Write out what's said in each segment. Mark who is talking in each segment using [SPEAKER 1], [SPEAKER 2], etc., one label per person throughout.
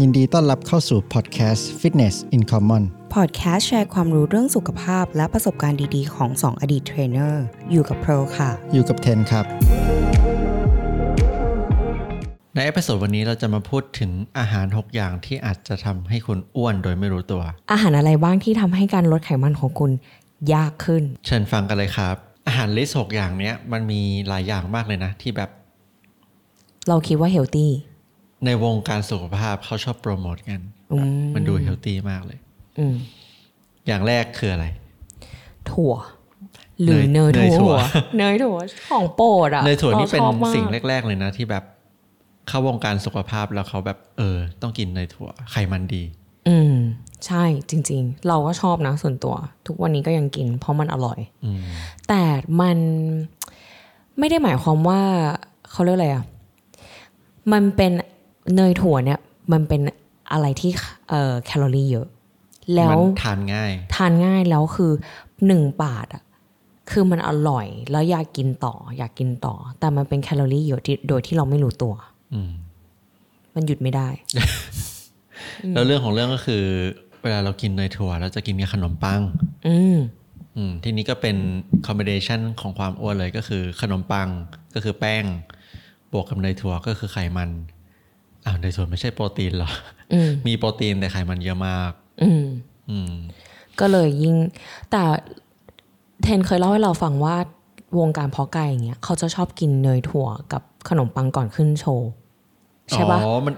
[SPEAKER 1] ยินดีต้อนรับเข้าสู่พอดแคสต์ Fitness in Common
[SPEAKER 2] พอดแคสต์แชร์ความรู้เรื่องสุขภาพและประสบการณ์ดีๆ ของ 2 อดีตเทรนเนอร์ อยู่กับโปรค่ะ
[SPEAKER 1] อยู่กับเทนครับ
[SPEAKER 3] ในเอพิโซดวันนี้เราจะมาพูดถึงอาหาร 6 อย่างที่อาจจะทำให้คุณอ้วนโดยไม่รู้ตัว
[SPEAKER 2] อาหารอะไรบ้างที่ทำให้การลดไขมันของคุณยากขึ้น
[SPEAKER 3] เชิญฟังกันเลยครับ อาหารลิสต์6อย่างเนี้ยมันมีหลายอย่างมากเลยนะ ที่แบบ
[SPEAKER 2] เราคิดว่าเฮลตี้
[SPEAKER 3] ในวงการสุขภาพเขาชอบโปรโมทกัน
[SPEAKER 2] อืม
[SPEAKER 3] มันดูเฮลตี้มากเลย
[SPEAKER 2] อืม
[SPEAKER 3] อย่างแรกคืออะไร
[SPEAKER 2] ถั่ว หรือเน
[SPEAKER 3] เน
[SPEAKER 2] ย
[SPEAKER 3] ย
[SPEAKER 2] ถั่ว
[SPEAKER 3] เนยถั่ว
[SPEAKER 2] เนยถั่วของโปรดอะ
[SPEAKER 3] เนยถั่วนี่เป็น
[SPEAKER 2] ราชอบมาก
[SPEAKER 3] สิ่งแรก ๆ เลยนะ ที่แบบเข้าวงการสุขภาพแล้วเขาแบบเออ ต้องกินเนยถั่วไขมันดี
[SPEAKER 2] อืม ใช่จริง ๆ เราก็ชอบนะส่วนตัว ทุกวันนี้ก็ยังกินเพราะมันอร่อย
[SPEAKER 3] อืม
[SPEAKER 2] แต่มันไม่ได้หมายความว่าเขาเรียกอะไรอ่ะ มันเป็นเนยถั่วเนี่ย มันเป็นอะไรที่เอ่อแคลอรี่เยอะ แล้ว
[SPEAKER 3] มันทานง่าย
[SPEAKER 2] ทานง่ายแล้วคือหนึ่งบาทอ่ะคือมันอร่อยแล้วอยากกินต่อ อยากกินต่อ แต่มันเป็นแคลอรี่เยอะที่โดยที่เราไม่รู้ตัว
[SPEAKER 3] อืม
[SPEAKER 2] มันหยุดไม่ได้
[SPEAKER 3] แล้วเรื่องของเรื่องก็คือ เวลาเรากินเนยถั่วเราจะกินกับขนมปัง
[SPEAKER 2] อืม
[SPEAKER 3] อืมทีนี้ก็เป็นคอมบิเ t ชันของความอ้วนเลยก็คือขนมปังก็คือแป้ง บวกกับเนยถั่วก็คือไขมันอ้าวเนยถั่วไม่ใช่โปรตีนเหรอ
[SPEAKER 2] อืม
[SPEAKER 3] มีโปรตีนแต่ไขมันเยอะมาก
[SPEAKER 2] อืม
[SPEAKER 3] อืม
[SPEAKER 2] ก็เลยยิ่งแต่เทนเคยเล่าให้เราฟังว่าวงการเพาะไก่อย่างเงี้ยเขาจะชอบกินเนยถั่วกับขนมปังก่อนขึ้นโชว์ ใช่ปะ
[SPEAKER 3] อ๋อมัน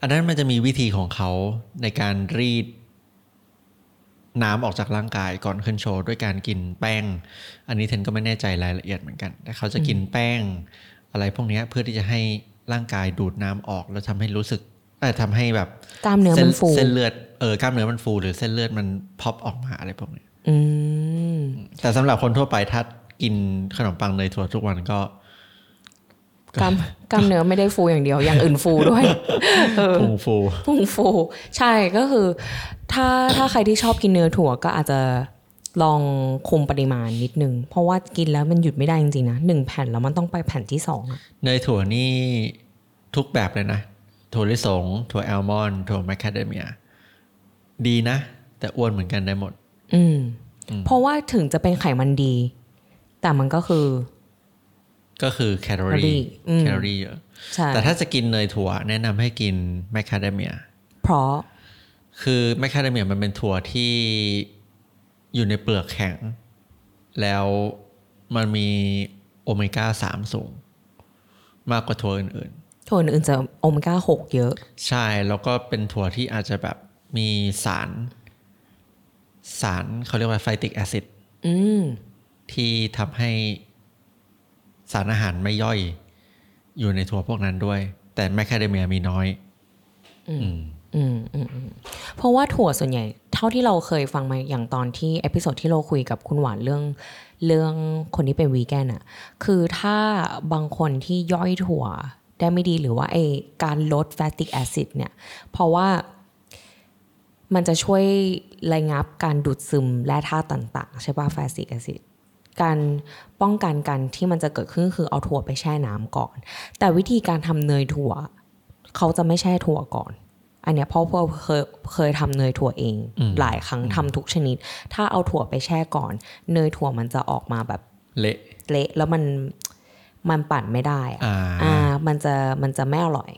[SPEAKER 3] อันนั้นมันจะมีวิธีของเขาในการรีด น้ำออกจากร่างกายก่อนขึ้นโชว์ด้วยการกินแป้ง อันนี้เทนก็ไม่แน่ใจรายละเอียดเหมือนกัน แต่เขาจะกินแป้ง อะไรพวกเนี้ยเพื่อที่จะให้ร่างกายดูดน้ำออก แล้วทำให้รู้สึกเอ่อทำให้แบบ
[SPEAKER 2] กล้ามเนื้อมันฟู
[SPEAKER 3] ส้เส้นเลือดเออกล้ามเนื้อมันฟู หรือเส้นเลือดมันพอปออกมาอะไรพวกเนี้ย
[SPEAKER 2] อืม
[SPEAKER 3] แต่สำหรับคนทั่วไปถ้ากินขนมปังเนยถั่วทุกวันก็
[SPEAKER 2] กล้ามกล้ามเนื้อไม่ได้ฟูอย่างเดียว อย่างอื่นฟูด้วย เออ
[SPEAKER 3] พุงฟู
[SPEAKER 2] พุงฟู ใช่ก็คือ ถ้าถ้าใครที่ชอบกินเนื้อถั่วก็อาจจะลองคุมปริมาณนิดนึง เพราะว่ากินแล้วมันหยุดไม่ได้จริงๆนะหนึ่งแผ่นแล้วมันต้องไปแผ่นที่สองอะ
[SPEAKER 3] เนยถั่วนี่ทุกแบบเลยนะ ถั่วลิสง ถั่วแอลมอนด์ถั่วแมคคาเดเมีย ดีนะ แต่อ้วนเหมือนกันได้หมด
[SPEAKER 2] อืม เพราะว่าถึงจะเป็นไขมันดี แต่มันก็คือ
[SPEAKER 3] ก็คือแคลอ
[SPEAKER 2] แคลอรี่
[SPEAKER 3] รี่
[SPEAKER 2] อืม
[SPEAKER 3] แคลอรี่เยอะ
[SPEAKER 2] ใช่
[SPEAKER 3] แต่ถ้าจะกินเนยถั่วแนะนำให้กินแมคคาเดเมีย
[SPEAKER 2] เพราะ
[SPEAKER 3] คือแมคคาเดเมียมันเป็นถั่วที่อยู่ในเปลือกแข็ง แล้วมันมีโอเมก้าสามสูง มากกว่าถั่วอื่นๆ
[SPEAKER 2] ถั่วอื่นๆจะโอเมก้าหกเยอะ
[SPEAKER 3] ใช่ แล้วก็เป็นถั่วที่อาจจะแบบมีสาร สารเขาเรียกว่าไฟติกแอซิด
[SPEAKER 2] อืม
[SPEAKER 3] ที่ทำให้สารอาหารไม่ย่อยอยู่ในถั่วพวกนั้นด้วย แต่แมคคาเดเมียมีน้อย อืม
[SPEAKER 2] อืมอืมอืมเพราะว่าถั่วส่วนใหญ่ เท่าที่เราเคยฟังมาอย่างตอนที่เอพิโซดที่เราคุยกับคุณหวานเรื่อง เรื่องคนที่เป็นวีแกนอะคือถ้าบางคนที่ย่อยถั่วได้ไม่ดีหรือว่าไอการลดแฟติกแอซิดเนี่ย เพราะว่ามันจะช่วยระงับการดูดซึมและธาตุต่างๆ ใช่ป่ะแฟติกแอซิดการป้องกันการที่มันจะเกิดขึ้นคือเอาถั่วไปแช่น้ำก่อน แต่วิธีการทำเนยถั่ว เขาจะไม่แช่ถั่วก่อน อันเนี้ยเพราะพวกเคยเคยทำเนยถั่วเอง
[SPEAKER 3] อืม
[SPEAKER 2] หลายครั้งทำทุกชนิด ถ้าเอาถั่วไปแช่ก่อน เนยถั่วมันจะออกมาแบบ
[SPEAKER 3] เละ
[SPEAKER 2] เละแล้วมันมันปั่นไม่ได้อะ
[SPEAKER 3] อ่า
[SPEAKER 2] อ่ามันจะมันจะไม่อร่อย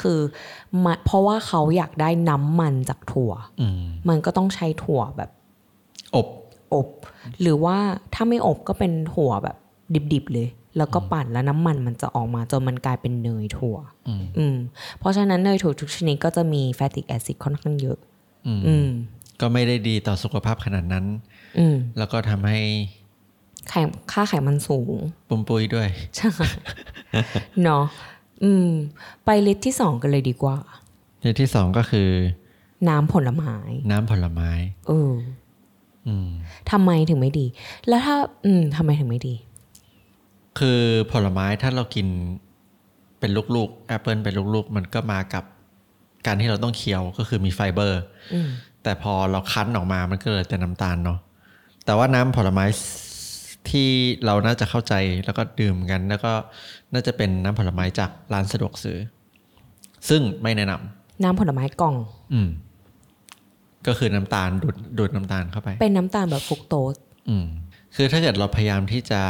[SPEAKER 2] คือมาเพราะว่าเขาอยากได้น้ำมันจากถั่ว
[SPEAKER 3] อืม
[SPEAKER 2] มันก็ต้องใช้ถั่วแบบ
[SPEAKER 3] อบ
[SPEAKER 2] อบ หรือว่าถ้าไม่อบก็เป็นถั่วแบบดิบๆเลย แล้วก็ปั่นแล้วน้ำมันมันจะออกมาจนมันกลายเป็นเนยถั่ว
[SPEAKER 3] อืม
[SPEAKER 2] อืม เพราะฉะนั้นเนยถั่วทุกชนิดก็จะมีแฟติกแอซิดค่อนข้างเยอะ
[SPEAKER 3] อืม
[SPEAKER 2] อืม
[SPEAKER 3] ก็ไม่ได้ดีต่อสุขภาพขนาดนั้น
[SPEAKER 2] อืม
[SPEAKER 3] แล้วก็ทำให้
[SPEAKER 2] ไข่ค่าไขมันสูง
[SPEAKER 3] ปุ้มปุ้ยด้วย
[SPEAKER 2] ใช่ เนาะอืม ไปลิสต์ที่สองกันเลยดีกว่า
[SPEAKER 3] ในที่สองก็คือ
[SPEAKER 2] น้ำผลไม้
[SPEAKER 3] น้ำผลไม้
[SPEAKER 2] เออ
[SPEAKER 3] อืม
[SPEAKER 2] ทำไมถึงไม่ดี แล้วถ้า อืมทำไมถึงไม่ดี
[SPEAKER 3] คือผลไม้ถ้าเรากินเป็นลูกๆแอปเปิลเป็นลูกๆ มันก็มากับการที่เราต้องเคี้ยวก็คือมีไฟเบอร์
[SPEAKER 2] อืม
[SPEAKER 3] แต่พอเราคั้นออกมามันก็เลยแต่น้ำตาลเนาะแต่ว่าน้ำผลไม้ที่เราน่าจะเข้าใจแล้วก็ดื่มกัน แล้วก็น่าจะเป็นน้ำผลไม้จากร้านสะดวกซื้อ ซึ่งไม่แนะนำ
[SPEAKER 2] น้ำผลไม้กล่อง
[SPEAKER 3] อืม ก็คือน้ำตาลดูดดูดน้ำตาลเข้าไป
[SPEAKER 2] เป็นน้ำตาลแบบฟรุกโตส
[SPEAKER 3] อืม คือถ้าเกิดเราพยายามที่จะ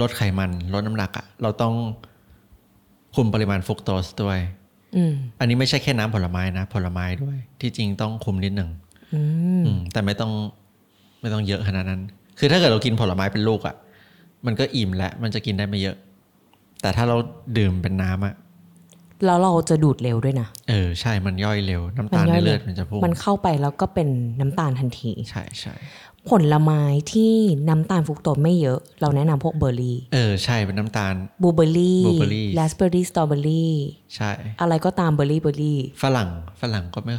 [SPEAKER 3] ลดไขมัน ลดน้ำหนักอะเราต้องคุมปริมาณฟรุกโตสด้วย
[SPEAKER 2] อืม
[SPEAKER 3] อันนี้ไม่ใช่แค่น้ำผลไม้นะ ผลไม้ด้วย ที่จริงต้องคุมนิดหนึ่ง
[SPEAKER 2] อืม
[SPEAKER 3] อืม แต่ไม่ต้องไม่ต้องเยอะขนาดนั้น คือถ้าเกิดเรากินผลไม้เป็นลูกอะ่ะ มันก็อิ่มแล้ว มันจะกินได้ไม่เยอะ แต่ถ้าเราดื่มเป็นน้ำอ่ะ
[SPEAKER 2] แล้วเราจะดูดเร็วด้วยนะ
[SPEAKER 3] เออ ใช่มันย่อยเร็ว น้ำตาล
[SPEAKER 2] มันย่อ
[SPEAKER 3] ใน
[SPEAKER 2] ยเร็ว
[SPEAKER 3] เลือดมันจะพุ่ง
[SPEAKER 2] มันเข้าไปแล้วก็เป็นน้ำตาลทันที
[SPEAKER 3] ใช่ใช่
[SPEAKER 2] ผลไม้ที่น้ำตาลฟรุกโตสไม่เยอะ เราแนะนำพวกเบอร์รี่
[SPEAKER 3] เออ ใช่เป็นน้ำตาล
[SPEAKER 2] บลูเบอร์รี่
[SPEAKER 3] blueberry
[SPEAKER 2] แลสเบอร์รี่ สตรอเบอร์รี่
[SPEAKER 3] ใช่
[SPEAKER 2] อะไรก็ตามเบอร์รี่เบอร์รี่
[SPEAKER 3] ฝรั่งฝรั่งก็ไม่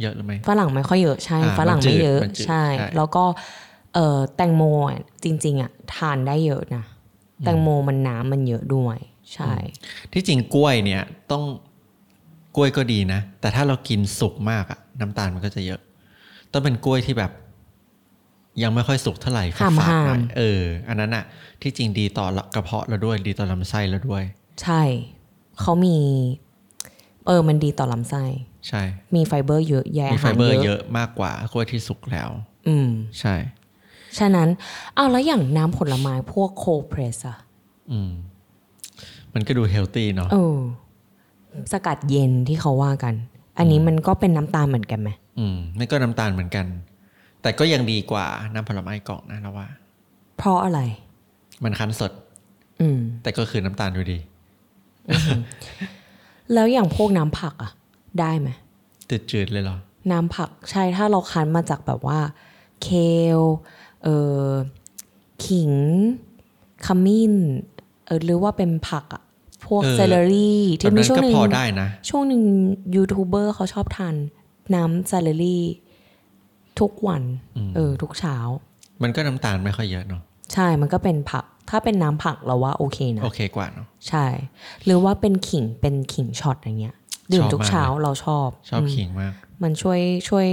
[SPEAKER 3] เยอะหรือไม่
[SPEAKER 2] ฝรั่งไม่ค่อยเยอะใช่
[SPEAKER 3] อ่า
[SPEAKER 2] ฝรั่ง
[SPEAKER 3] มันจืด
[SPEAKER 2] ไม่เยอะ
[SPEAKER 3] มันจืด
[SPEAKER 2] ใช่
[SPEAKER 3] ใช่
[SPEAKER 2] แล้วก็เออแตงโมอ่ะจริง ๆอ่ะทานได้เยอะนะแตงโมมันน้ำมันเยอะด้วย ใช่
[SPEAKER 3] ที่จริงกล้วยเนี่ยต้องกล้วยก็ดีนะ แต่ถ้าเรากินสุกมากอะน้ำตาลมันก็จะเยอะ ต้องเป็นกล้วยที่แบบ ยังไม่ค่อยสุกเท่าไหร่ฝา
[SPEAKER 2] ห้าม
[SPEAKER 3] ดๆหน่
[SPEAKER 2] ห้า
[SPEAKER 3] อ
[SPEAKER 2] ม
[SPEAKER 3] ยเออ อันนั้นอะที่จริงดีต่อกระเพาะเราด้วย ดีต่อลำไส้เราด้วย
[SPEAKER 2] ใช่ เขามี เออมันดีต่อลำไส้
[SPEAKER 3] ใช่
[SPEAKER 2] มีไฟเบอร์เยอะแยะ
[SPEAKER 3] มี
[SPEAKER 2] อา
[SPEAKER 3] ไฟ
[SPEAKER 2] หาร
[SPEAKER 3] เบอร์
[SPEAKER 2] เย
[SPEAKER 3] เย
[SPEAKER 2] อะ
[SPEAKER 3] อะมากกว่ากล้วยที่สุกแล้ว
[SPEAKER 2] อืม
[SPEAKER 3] ใช่
[SPEAKER 2] ฉะนั้นเอาแล้วอย่างน้ำผลไม้พวกโคเพรสอะ
[SPEAKER 3] อืม มันก็ดูเฮลตี้เนาะ
[SPEAKER 2] เออ สกัดเย็นที่เขาว่ากัน อันนี้มันก็เป็นน้ำตาลเหมือนกันไหม
[SPEAKER 3] อืมนี่ก็น้ำตาลเหมือนกัน แต่ก็ยังดีกว่าน้ำผลไม้กล่องนะเราว่า
[SPEAKER 2] เพราะอะไร
[SPEAKER 3] มันคั้นสด
[SPEAKER 2] อืม
[SPEAKER 3] แต่ก็คือน้ำตาลอยู่ดี
[SPEAKER 2] แล้วอย่างพวกน้ำผักอะได้ไหม
[SPEAKER 3] จืดๆเลยเหรอ
[SPEAKER 2] น้ำผักใช่ถ้าเราคั้นมาจากแบบว่า เคลเออขิงขมิ้นเออหรือว่าเป็นผักอะพวก
[SPEAKER 3] เออ
[SPEAKER 2] เซเลอรี่ที่
[SPEAKER 3] แบบ
[SPEAKER 2] มี
[SPEAKER 3] นั้น
[SPEAKER 2] ช่วงห
[SPEAKER 3] ก็
[SPEAKER 2] นึ่ง
[SPEAKER 3] พอได้นะ
[SPEAKER 2] ช่วงหนึ่งยูทูบเบอร์เขาชอบทานน้ำเซเลอรี่ ทุกวัน เออ ทุกเช้า
[SPEAKER 3] มันก็น้ำตาลไม่ค่อยเยอะเนาะ
[SPEAKER 2] ใช่ มันก็เป็นผัก ถ้าเป็นน้ำผักเราว่าโอเคนะ
[SPEAKER 3] โอเคกว่าเนาะ
[SPEAKER 2] ใช่ หรือว่าเป็นขิงเป็นขิงช็อตอย่างเงี้ย ดื่ม
[SPEAKER 3] ชอบ
[SPEAKER 2] ทุก
[SPEAKER 3] มาก
[SPEAKER 2] เช้าเราชอบ
[SPEAKER 3] ชอบ
[SPEAKER 2] ม
[SPEAKER 3] ขิงมาก
[SPEAKER 2] มันช่วยช่วย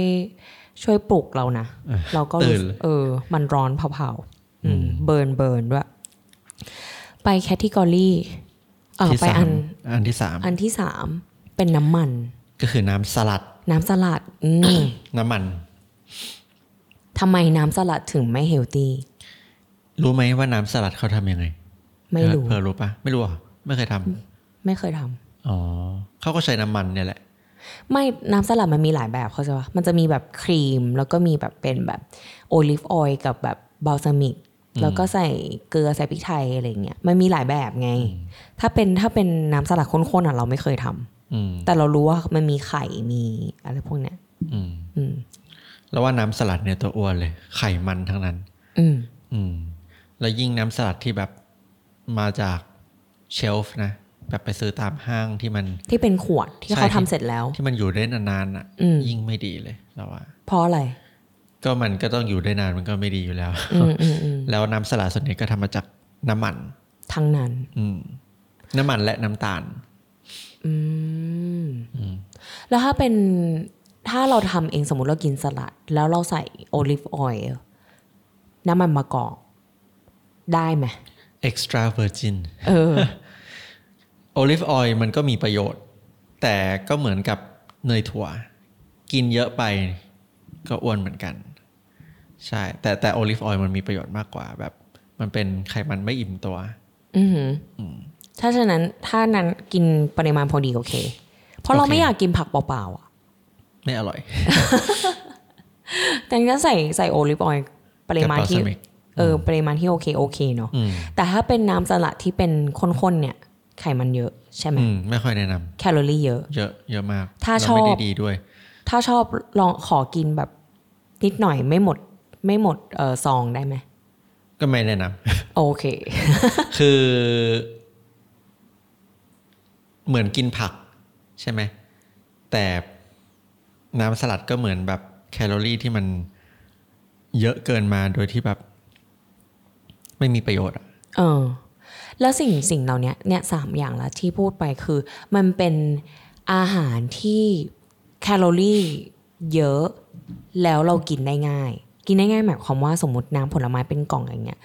[SPEAKER 2] ช่วยปลุกเรานะ เราก็รู้สึก
[SPEAKER 3] ตื่นเลย
[SPEAKER 2] เออ มันร้อนเผาๆอืมเบิร์นเบิร์นด้วย ไปแคตติกอรี่เออ
[SPEAKER 3] ที่
[SPEAKER 2] ไป
[SPEAKER 3] สาม
[SPEAKER 2] อัน
[SPEAKER 3] อันที่สาม
[SPEAKER 2] อันที่สามเป็นน้ำมัน
[SPEAKER 3] ก็คือน้ำสลัด
[SPEAKER 2] น้ำสลัด อืม
[SPEAKER 3] น้ำมัน
[SPEAKER 2] ทำไมน้ำสลัดถึงไม่เฮลตี้
[SPEAKER 3] รู้ไหมว่าน้ำสลัดเขาทำยังไง
[SPEAKER 2] ไม่รู้
[SPEAKER 3] เธอรู้ปะไม่รู้เหรอไม่เคยท
[SPEAKER 2] ไม่เคยท
[SPEAKER 3] ำอ๋อเขาก็ใช้น้ำมันเนี่ยแหละ
[SPEAKER 2] ำไม่น้ำสลัดมันมีหลายแบบเขาใจปะมันจะมีแบบครีม แล้วก็มีแบบเป็นแบบโอลิฟออยล์กับแบบบาลซามิก แล้วก็ใส่เกลือใส่พริกไทยอะไรอย่างเงี้ยมันมีหลายแบบไง ถ้าเป็นถ้าเป็นน้ำสลัดข้นๆอ่ะเราไม่เคยทำ
[SPEAKER 3] อืม
[SPEAKER 2] แต่เรารู้ว่ามันมีไข่มีอะไรพวกเนี้ย
[SPEAKER 3] อืม
[SPEAKER 2] อืม
[SPEAKER 3] แล้วว่าน้ำสลัดเนี่ยตัวอ้วนเลย ไขมันทั้งนั้น
[SPEAKER 2] อืม
[SPEAKER 3] อืม แล้วยิ่งน้ำสลัดที่แบบมาจากเชลฟ์นะแบบไปซื้อตามห้างที่มัน
[SPEAKER 2] ที่เป็นขวดที่
[SPEAKER 3] ใช่
[SPEAKER 2] เขาทำเสร็จแล้ว
[SPEAKER 3] ที่มันอยู่ได้นานๆอ่ะ
[SPEAKER 2] อืม
[SPEAKER 3] ยิ่งไม่ดีเลยเราว่า
[SPEAKER 2] เพราะอะไร
[SPEAKER 3] ก็มันก็ต้องอยู่ได้นานมันก็ไม่ดีอยู่แล้ว
[SPEAKER 2] อืมอืมอืม
[SPEAKER 3] แล้วน้ำสลัดส่วนใหญ่ก็ทำมาจากน้ำมัน
[SPEAKER 2] ทั้งนั้น
[SPEAKER 3] อืม น้ำมันและน้ำตาล
[SPEAKER 2] อืมแล้วถ้าเป็นถ้าเราทำเองสมมติเรากินสลัด แล้วเราใส่โอลิฟออยล์น้ำมันมะกอกได้ ไหม
[SPEAKER 3] extra virgin
[SPEAKER 2] เออ
[SPEAKER 3] olive oil มันก็มีประโยชน์ แต่ก็เหมือนกับเนยถั่ว กินเยอะไปก็อ้วนเหมือนกัน ใช่ แต่แต่ olive oil มันมีประโยชน์มากกว่าแบบ มันเป็นไขมันไม่อิ่มตัว
[SPEAKER 2] อือหืออถ้าฉะนั้นถ้านั้นกินปริมาณพอดีโอเค เพราะเรา
[SPEAKER 3] โอเค
[SPEAKER 2] ไม่อยากกินผักเปล่าๆอ่ะ
[SPEAKER 3] ไม่อร่อย
[SPEAKER 2] แต่ถ้าใส่ใส่โอลิฟออยล์ปริมาณที่
[SPEAKER 3] กับ balsamic
[SPEAKER 2] เออปริมาณที่โอเคโอเคเนาะ
[SPEAKER 3] อืม
[SPEAKER 2] แต่ถ้าเป็นน้ำสลัดที่เป็นข้นๆเนี่ย ไขมันเยอะใช่ไหม
[SPEAKER 3] อืม ไม่ค่อยแนะนำ
[SPEAKER 2] แคลอรี่เยอะ
[SPEAKER 3] เยอะเยอะมาก
[SPEAKER 2] ถ้า
[SPEAKER 3] แล้ว
[SPEAKER 2] ชอบ
[SPEAKER 3] ไม่ได้ดีด้วย
[SPEAKER 2] ถ้าชอบลองขอกินแบบ นิดหน่อยไม่หมด ไม่หมดเออซองได้ไหม
[SPEAKER 3] ก็ไม่แนะนำ
[SPEAKER 2] โอเค
[SPEAKER 3] คือ เหมือนกินผัก ใช่ไหม แต่น้ำสลัดก็เหมือนแบบแคลอรี่ที่มันเยอะเกินมาโดยที่แบบ ไม่มีประโยชน์อะ
[SPEAKER 2] เออ แล้วสิ่งสิ่งเหล่าเนี้ยเนี่ยสามอย่างละที่พูดไปคือ มันเป็นอาหารที่แคลอรี่เยอะแล้วเรากินได้ง่าย กินได้ง่ายหมายความว่าสมมติน้ำผลไม้เป็นกล่องอย่างเงี้ย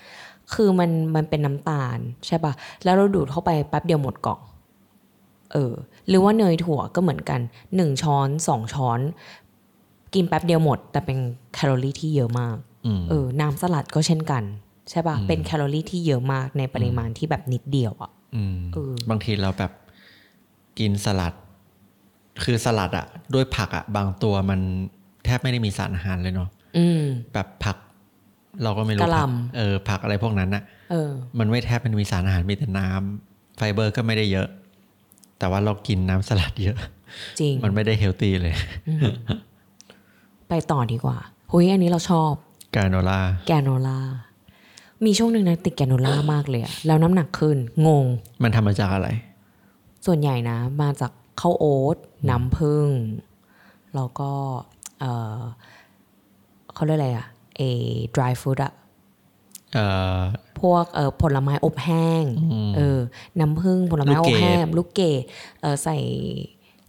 [SPEAKER 2] คือมันมันเป็นน้ำตาลใช่ปะ่ะ แล้วเราดูดเข้าไปแป๊บเดียวหมดกล่อง เออ หรือว่าเนยถั่วก็เหมือนกันหนึ่งช้อนสองช้อน กินแป๊บเดียวหมด แต่เป็นแคลอรี่ที่เยอะมาก
[SPEAKER 3] อืม
[SPEAKER 2] เออ น้ำสลัดก็เช่นกัน ใช่ป่ะ
[SPEAKER 3] อืม
[SPEAKER 2] เป็นแคลอรี่ที่เยอะมากในปริมาณที่แบบนิดเดียวอะ
[SPEAKER 3] อืม
[SPEAKER 2] เออ
[SPEAKER 3] บางทีเราแบบกินสลัด คือสลัดอะด้วยผักอะบางตัวมันแทบไม่ได้มีสารอาหารเลยเนาะ
[SPEAKER 2] อืม
[SPEAKER 3] แบบผัก เราก็ไม่รู้
[SPEAKER 2] กะหล่ำ
[SPEAKER 3] ผัเออผักอะไรพวกนั้นอะ
[SPEAKER 2] เออ
[SPEAKER 3] มันไม่แทบเป็นมีสารอาหารมีแต่น้ำไฟเบอร์ก็ไม่ได้เยอะ แต่ว่าเรากินน้ำสลัดเยอะ
[SPEAKER 2] จริง
[SPEAKER 3] มันไม่ได้เฮลตี้เลย
[SPEAKER 2] ไปต่อดีกว่าหุยอันนี้เราชอบ
[SPEAKER 3] กาโนล่า
[SPEAKER 2] แกโนล่า มีช่วงหนึ่งนะติดแกโนล่ามากเลยอะแล้วน้ำหนักขึ้น งง
[SPEAKER 3] มันทำมาจากอะไร
[SPEAKER 2] ส่วนใหญ่นะ มาจากข้าวโอ๊ตน้ำผึ้งแล้วก็เออเขาเรียกอะไรอะเอ dry food อะ
[SPEAKER 3] เอ่อ
[SPEAKER 2] พวกเออผลไม้อบแห้งเออน้ำผึ้งผลไม้
[SPEAKER 3] ลูก
[SPEAKER 2] อ
[SPEAKER 3] เก
[SPEAKER 2] บ
[SPEAKER 3] ด
[SPEAKER 2] แห้งลูกเกดเออใส่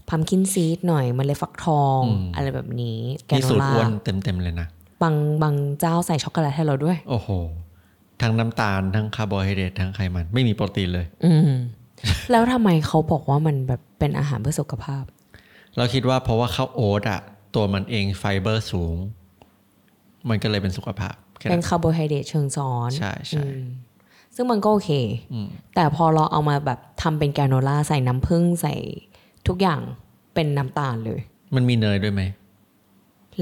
[SPEAKER 2] พัมคินซีดหน่อยเมันเลยฟักทอง
[SPEAKER 3] อืม
[SPEAKER 2] อะไรแบบนี้ แก
[SPEAKER 3] ที่
[SPEAKER 2] โน
[SPEAKER 3] สูตร
[SPEAKER 2] ล่า
[SPEAKER 3] อ้วนเต็มๆเลยนะ
[SPEAKER 2] บางบางเจ้าใส่ช็อกโกแลตให้เราด้วย
[SPEAKER 3] โอ้โห ทั้งน้ำตาล ทั้งคาร์โบไฮเดรตทั้งไขมัน ไม่มีโปรตีนเลย
[SPEAKER 2] อื ม แล้วทำไมเขาบอกว่ามันแบบเป็นอาหารเพื่อสุขภาพ
[SPEAKER 3] เราคิดว่าเพราะว่าข้าวโอ๊ตอะตัวมันเองไฟเบอร์สูง มันก็เลยเป็นสุขภาพแค่
[SPEAKER 2] เป็น
[SPEAKER 3] นั้น
[SPEAKER 2] คาร์โบไฮเดรตเชิงซ้อน
[SPEAKER 3] ใช่ใช่
[SPEAKER 2] อืมซึ่งมันก็โอเค
[SPEAKER 3] อืม
[SPEAKER 2] แต่พอเราเอามาแบบทำเป็นแกรโนล่าใส่น้ำผึ้งใส่ทุกอย่างเป็นน้ำตาลเลย
[SPEAKER 3] มันมีเนยด้วยไหม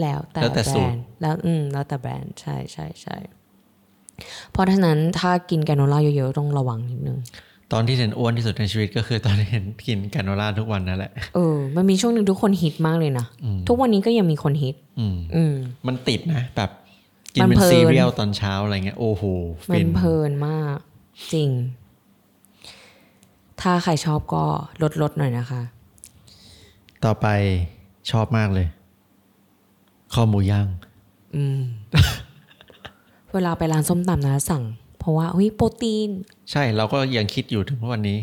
[SPEAKER 2] แล้วแต่
[SPEAKER 3] แล้วแต่
[SPEAKER 2] แบ
[SPEAKER 3] สู
[SPEAKER 2] ร
[SPEAKER 3] ตร
[SPEAKER 2] นด์แล้วอืมแล้วแต่แบรนด์ใช่ใช่ใช่เพราะฉะนั้นถ้ากินแกรโนล่าเยอะๆ ต้องระวังนิดนึง
[SPEAKER 3] ตอนที่เห็นอ้วนที่สุดในชีวิตก็คือตอนที่เห็นกินแกนโนล่าทุกวันนั่นแหละ
[SPEAKER 2] เออ มันมีช่วงหนึ่งทุกคนฮิตมากเลยนะ ทุกวันนี้ก็ยังมีคนฮิต
[SPEAKER 3] อืม
[SPEAKER 2] อืม
[SPEAKER 3] มันติดนะ แบบกิน
[SPEAKER 2] มัน
[SPEAKER 3] เป็น
[SPEAKER 2] เพลิน
[SPEAKER 3] ซีเรียลตอนเช้าอะไรเงี้ย โอ้โห
[SPEAKER 2] มั
[SPEAKER 3] ฟิ
[SPEAKER 2] น
[SPEAKER 3] น
[SPEAKER 2] เพลินมากจริง ถ้าใครชอบก็ลดลดๆหน่อยนะคะ
[SPEAKER 3] ต่อไปชอบมากเลยข้อหมูย่าง
[SPEAKER 2] อืม เวลาไปร้านส้มตำนะสั่ง เพราะว่าเฮ้ยโปรตีน
[SPEAKER 3] ใช่เราก็ยังคิดอยู่ถึงวันนี้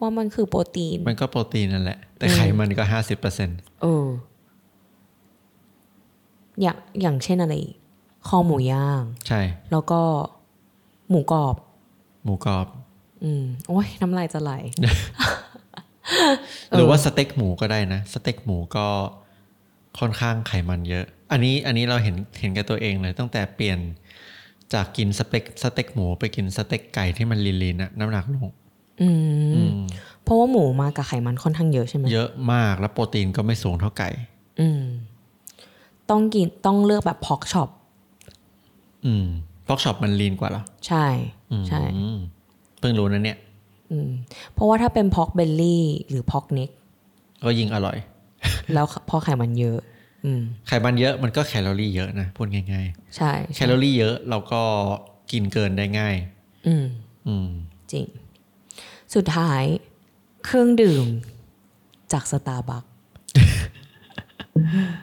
[SPEAKER 2] ว่ามันคือโปรตีน
[SPEAKER 3] มันก็โปรตีนนั่นแหละ แต่
[SPEAKER 2] อืม
[SPEAKER 3] ไขมันก็ห้าสิบเปอร์เซ็นต์
[SPEAKER 2] เออ อย่างอย่างเช่นอะไรอีกคอหมูย่าง
[SPEAKER 3] ใช่
[SPEAKER 2] แล้วก็หมูกรอบ
[SPEAKER 3] หมูกรอบ
[SPEAKER 2] อืม โอ้ยน้ำลายจะไหล เออ
[SPEAKER 3] หรือว่าสเต็กหมูก็ได้นะ สเต็กหมูก็ค่อนข้างไขมันเยอะ อันนี้อันนี้เราเห็นเห็นกับตัวเองเลยตั้งแต่เปลี่ยนจากกินสเต็กสเต็กหมูไปกินสเต็กไก่ที่มันลีนๆนะน้ำหนักลง
[SPEAKER 2] อืม
[SPEAKER 3] อืม
[SPEAKER 2] เพราะว่าหมูมากับไขมันค่อนข้างเยอะใช่ไหม
[SPEAKER 3] เยอะมากแล้วโปรตีนก็ไม่สูงเท่าไก่
[SPEAKER 2] อืม ต้องกินต้องเลือกแบบพอกช็อป
[SPEAKER 3] อืมฟอกช็อปมันลีนกว่าเหรอ
[SPEAKER 2] ใช่
[SPEAKER 3] อืม
[SPEAKER 2] ใช่
[SPEAKER 3] เพิ่งรู้นะเนี่ย
[SPEAKER 2] อืม เพราะว่าถ้าเป็นพอกเบลลี่ หรือพอกเน็ก
[SPEAKER 3] ก็ยิ่งอร่อย
[SPEAKER 2] แล้วพอไขมันเยอะ อืม
[SPEAKER 3] ไขมันเยอะมันก็แคลอรี่เยอะนะพูดง่าย
[SPEAKER 2] ใช่
[SPEAKER 3] ๆ แค
[SPEAKER 2] ใช่
[SPEAKER 3] ลอรี่เยอะเราก็กินเกินได้ง่าย
[SPEAKER 2] อืม
[SPEAKER 3] อืม
[SPEAKER 2] จริง สุดท้าย เครื่องดื่มจากสตาร์บัค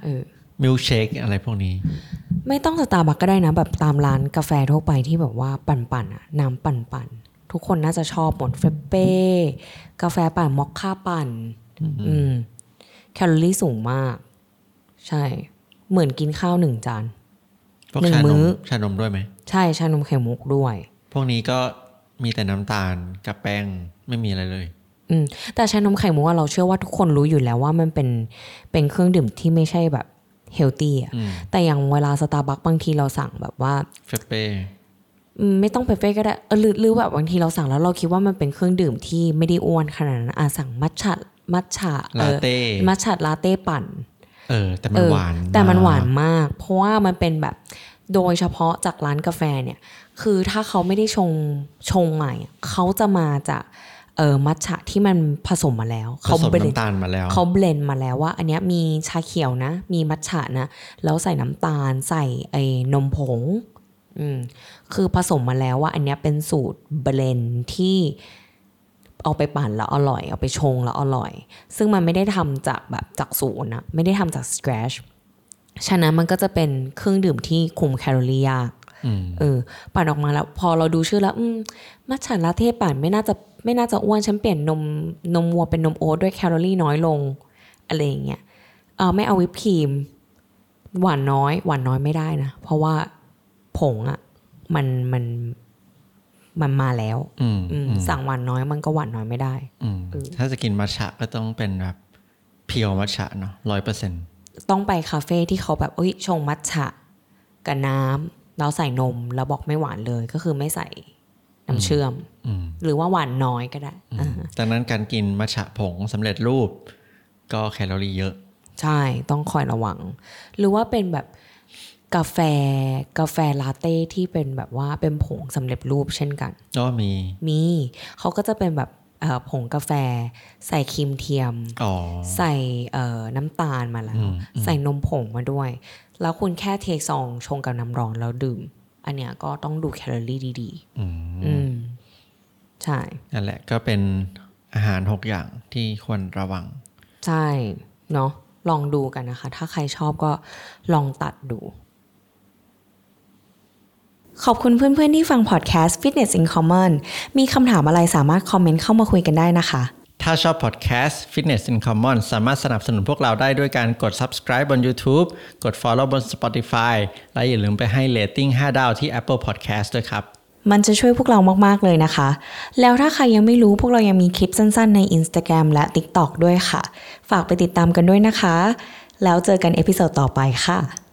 [SPEAKER 2] เออ
[SPEAKER 3] มิลเชคอะไรพวกนี้
[SPEAKER 2] ไม่ต้องสตาร์บัคก็ได้นะ แบบตามร้านกาแฟทั่วไปที่แบบว่าปั่นๆอะน้ำปั่นๆ ทุกคนน่าจะชอบหมดเฟปเป้กาแฟปั่นมอคค่าปั่น อืม แคลอรี่สูงมาก ใช่ เหมือนกินข้าวหนึ่งจาน
[SPEAKER 3] พวก
[SPEAKER 2] หนึ่ง
[SPEAKER 3] ชาน
[SPEAKER 2] มื้
[SPEAKER 3] ม
[SPEAKER 2] อ
[SPEAKER 3] ชานมด้วยไหม
[SPEAKER 2] ใช่ชานมไข่มุกด้วย
[SPEAKER 3] พวกนี้ก็มีแต่น้ำตาลกับแป้งไม่มีอะไรเลย
[SPEAKER 2] อืมแต่ชานมไข่มุกอะเราเชื่อว่าทุกคนรู้อยู่แล้วว่ามันเป็นเป็นเครื่องดื่มที่ไม่ใช่แบบเฮลตี้อ่ะ
[SPEAKER 3] อืม
[SPEAKER 2] แต่อย่างเวลาสตาร์บัคบางทีเราสั่งแบบว่า
[SPEAKER 3] เฟปเป้
[SPEAKER 2] อืมไม่ต้องเปเฟ่ก็ได้เออหรือหรือแบบบางทีเราสั่งแล้วเราคิดว่ามันเป็นเครื่องดื่มที่ไม่ได้อ้วนขนาดนั้นอ่ะสั่งมัทฉะมัทฉะ
[SPEAKER 3] ลา
[SPEAKER 2] เอ
[SPEAKER 3] เต้
[SPEAKER 2] อมัทฉะลาเต้ปั่น
[SPEAKER 3] เออ แต่มั
[SPEAKER 2] เอน อ
[SPEAKER 3] หวาน
[SPEAKER 2] แต่มันหวาน
[SPEAKER 3] ก
[SPEAKER 2] มาก เพราะว่ามันเป็นแบบโดยเฉพาะจากร้านกาแฟเนี่ย คือถ้าเขาไม่ได้ชงชงใหม่อะเขาจะมาจากเออมัทฉะที่มันผสมมาแล้ว
[SPEAKER 3] ผสม
[SPEAKER 2] เบลนด์
[SPEAKER 3] น้ำตาลมาแล้ว
[SPEAKER 2] เขาเบลนด์มาแล้วว่า อันเนี้ยมีชาเขียวนะ มีมัทฉะนะ แล้วใส่น้ำตาลใส่ไอ้นมผง อืมคือผสมมาแล้วว่า อันเนี้ยเป็นสูตรเบลนด์ที่เอาไปปั่นแล้วอร่อย เอาไปชงแล้วอร่อย ซึ่งมันไม่ได้ทำจากแบบจากศูนย์นะไม่ได้ทำจาก scratch ฉะนั้นมันก็จะเป็นเครื่องดื่มที่คุมแคลอรี่ยาก
[SPEAKER 3] อืม
[SPEAKER 2] เออปั่นออกมาแล้วพอเราดูชื่อแล้ว อืมมัทฉะลาเต้ปั่นไม่น่าจะไม่น่าจะอ้วนฉันเปลี่ยนนมนมวัวเป็นนมโอ๊ตด้วยแคลอรี่น้อยลง อะไรอย่างเงี้ยเออไม่เอาวิปครีม หวานน้อย หวานน้อยไม่ได้นะ เพราะว่าผงอะ่ะ มันมัน มันมาแล้ว
[SPEAKER 3] อืม
[SPEAKER 2] อืม
[SPEAKER 3] อืม
[SPEAKER 2] สั่งหวานน้อยมันก็หวานน้อยไม่ได้
[SPEAKER 3] อืมถ้าจะกินมัทฉะก็ต้องเป็นแบบเพียวมัทฉะเนาะร้อยเปอร์เซ็นต์
[SPEAKER 2] ต้องไปคาเฟ่ที่เขาแบบเอ้ยชงมัทฉะกับน้ำแล้วใส่นมแล้วบอกไม่หวานเลยก็คือไม่ใส่น้ำเชื่อม
[SPEAKER 3] อืม
[SPEAKER 2] หรือว่าหวานน้อยก็ได้อ่าฮะ
[SPEAKER 3] ดังนั้นการกินมัทฉะผงสำเร็จรูป ก็แคลอรี่เยอะ
[SPEAKER 2] ใช่ต้องคอยระวัง หรือว่าเป็นแบบกาแฟกาแฟลาเต้ที่เป็นแบบว่าเป็นผงสำเร็จรูปเช่นกัน
[SPEAKER 3] ก็มี
[SPEAKER 2] มีเขาก็จะเป็นแบบเอ่อผงกาแฟ ใส่ครีมเทียม
[SPEAKER 3] อ๋อ
[SPEAKER 2] ใส่เอ่อน้ำตาลมาแล้
[SPEAKER 3] อื
[SPEAKER 2] ว
[SPEAKER 3] มอืม
[SPEAKER 2] ใส่นมผงมาด้วย แล้วคุณแค่เทซองชงกับน้ำร้อนแล้วดื่ม อันเนี้ยก็ต้องดูแคลอรี่ดี
[SPEAKER 3] อืม
[SPEAKER 2] ๆ อืม ใช่
[SPEAKER 3] นั่นแหละก็เป็นอาหารหกอย่างที่ควรระวัง
[SPEAKER 2] ใช่ เนาะลองดูกันนะคะ ถ้าใครชอบก็ลองตัดดู ขอบคุณเพื่อนๆที่ฟังพอดแคสต์ Fitness in Common มีคำถามอะไรสามารถคอมเมนต์เข้ามาคุยกันได้นะคะ
[SPEAKER 3] ถ้าชอบพอดแคสต์ Fitness in Common สามารถสนับสนุนพวกเราได้ด้วยการกด subscribe บน YouTube กด follow บน Spotify และอย่าลืมไปให้เ a ตติ้ง5 ดาวที่ Apple Podcast ด้วยครับ
[SPEAKER 2] มันจะช่วยพวกเรามากๆ เลยนะคะ แล้วถ้าใครยังไม่รู้พวกเรายังมีคลิปสั้นๆ ใน Instagram และ TikTok ด้วยค่ะ ฝากไปติดตามกันด้วยนะคะ แล้วเจอกันเอพิโซดต่อไปค่ะ